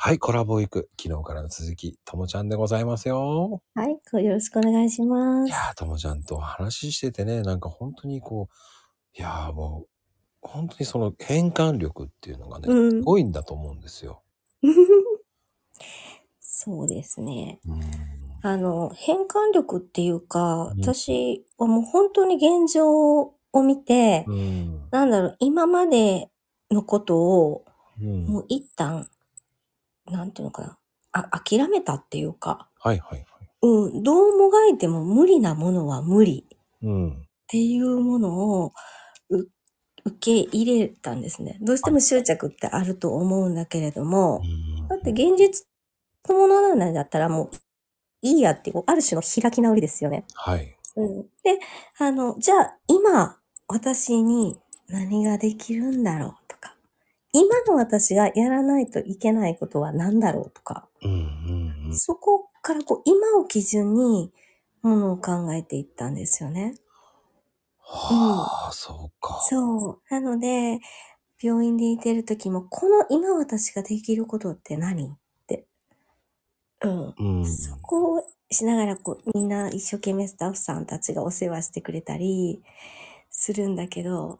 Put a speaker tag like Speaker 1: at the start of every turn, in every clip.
Speaker 1: はい、コラボ行く。昨日からの続き、ともちゃんでございますよ。
Speaker 2: はい、こうよろしくお願いしま
Speaker 1: い
Speaker 2: す。
Speaker 1: やー、ともちゃんとお話ししててね、なんか本当にこう、いやーもう、本当にその変換力っていうのがね、
Speaker 2: うん
Speaker 1: すごいんだと思うんですよ。
Speaker 2: そうですね。
Speaker 1: うん。
Speaker 2: あの、変換力っていうか、
Speaker 1: うん
Speaker 2: 私はもう本当に現状を見て、
Speaker 1: うん。
Speaker 2: なんだろう、今までのことを、
Speaker 1: うん
Speaker 2: もう一旦、なんていうのかな、あ、諦めたっていうか、
Speaker 1: はいはいはい。
Speaker 2: うん、どうもがいても無理なものは無理っ
Speaker 1: うん。
Speaker 2: ていうものを、う受け入れたんですね。どうしても執着ってあると思うんだけれども、だって現実のものなんだったらもういいやっていう、ある種の開き直りですよね。
Speaker 1: はい。
Speaker 2: うん、で、あの、じゃあ今私に何ができるんだろうとか、今の私がやらないといけないことは何だろうとか、
Speaker 1: うんうんうん。
Speaker 2: そこからこう今を基準にものを考えていったんですよね。
Speaker 1: はあ、そうか。
Speaker 2: そう。なので、病院でいてる時も、この今私ができることって何って。うん。
Speaker 1: うん。
Speaker 2: そこをしながらこうみんな一生懸命スタッフさんたちがお世話してくれたりするんだけど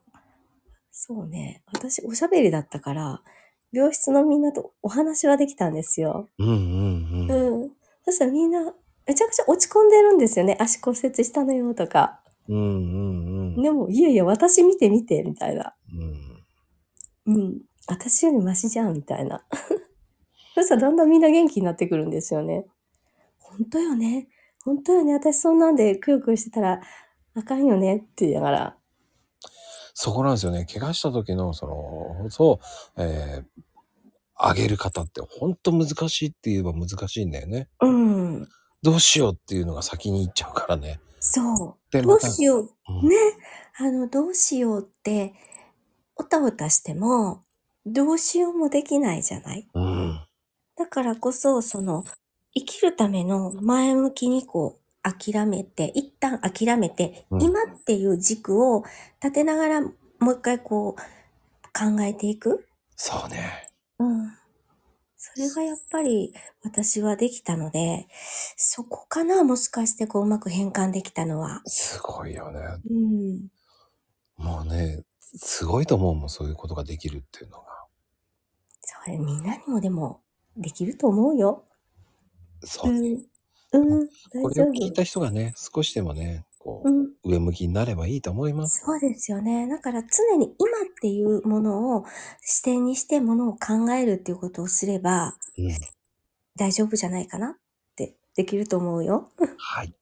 Speaker 2: そうね私おしゃべりだったから病室のみんなとお話はできたんですよ。
Speaker 1: うんうん
Speaker 2: う
Speaker 1: うん。
Speaker 2: ん、そしたらみんなめちゃくちゃ落ち込んでるんですよね足骨折したのよとか。
Speaker 1: うんうんうん。
Speaker 2: でもいやいや私見て見てみたいな。
Speaker 1: うん。
Speaker 2: うん私よりマシじゃんみたいな。 そしたらだんだんみんな元気になってくるんですよね。本当よね。本当よね。私そんなんでくよくよしてたらあかんよねって言いながら。
Speaker 1: そこなんですよね。怪我した時の、その、そう、えー、上げる方って本当難しいって言えば難しいんだよね。
Speaker 2: うん。
Speaker 1: どうしようっていうのが先に行っちゃうからね。
Speaker 2: そ
Speaker 1: で
Speaker 2: う。ど
Speaker 1: ま
Speaker 2: う
Speaker 1: た
Speaker 2: しよう。
Speaker 1: うん
Speaker 2: ねあの、どうしようって、おたおたしても、どうしようもできないじゃない
Speaker 1: うん。
Speaker 2: だからこそ、その、生きるための前向きにこう、諦めて、一旦諦めて、
Speaker 1: うん
Speaker 2: 今っていう軸を立てながら、もう一回こう、考えていく。
Speaker 1: そうね。
Speaker 2: うん。それがやっぱり私はできたので、そこかな、もしかしてこう、うまく変換できたのは。
Speaker 1: すごいよね。
Speaker 2: うん。
Speaker 1: もうね、すごいと思うもん、そういうことができるっていうのが。
Speaker 2: それ、みんなにもでも、できると思うよ。
Speaker 1: そうう。
Speaker 2: ん。うん、
Speaker 1: こ
Speaker 2: 大
Speaker 1: れ
Speaker 2: 丈
Speaker 1: を聞い
Speaker 2: 夫。
Speaker 1: た人がね、少しでもね、こ
Speaker 2: うん。
Speaker 1: う、上向きになればいいと思います。
Speaker 2: そうですよね。だから常に今っていうものを視点にしてものを考えるっていうことをすれば
Speaker 1: うん。
Speaker 2: 大丈夫じゃないかなってできると思うよ。
Speaker 1: はい。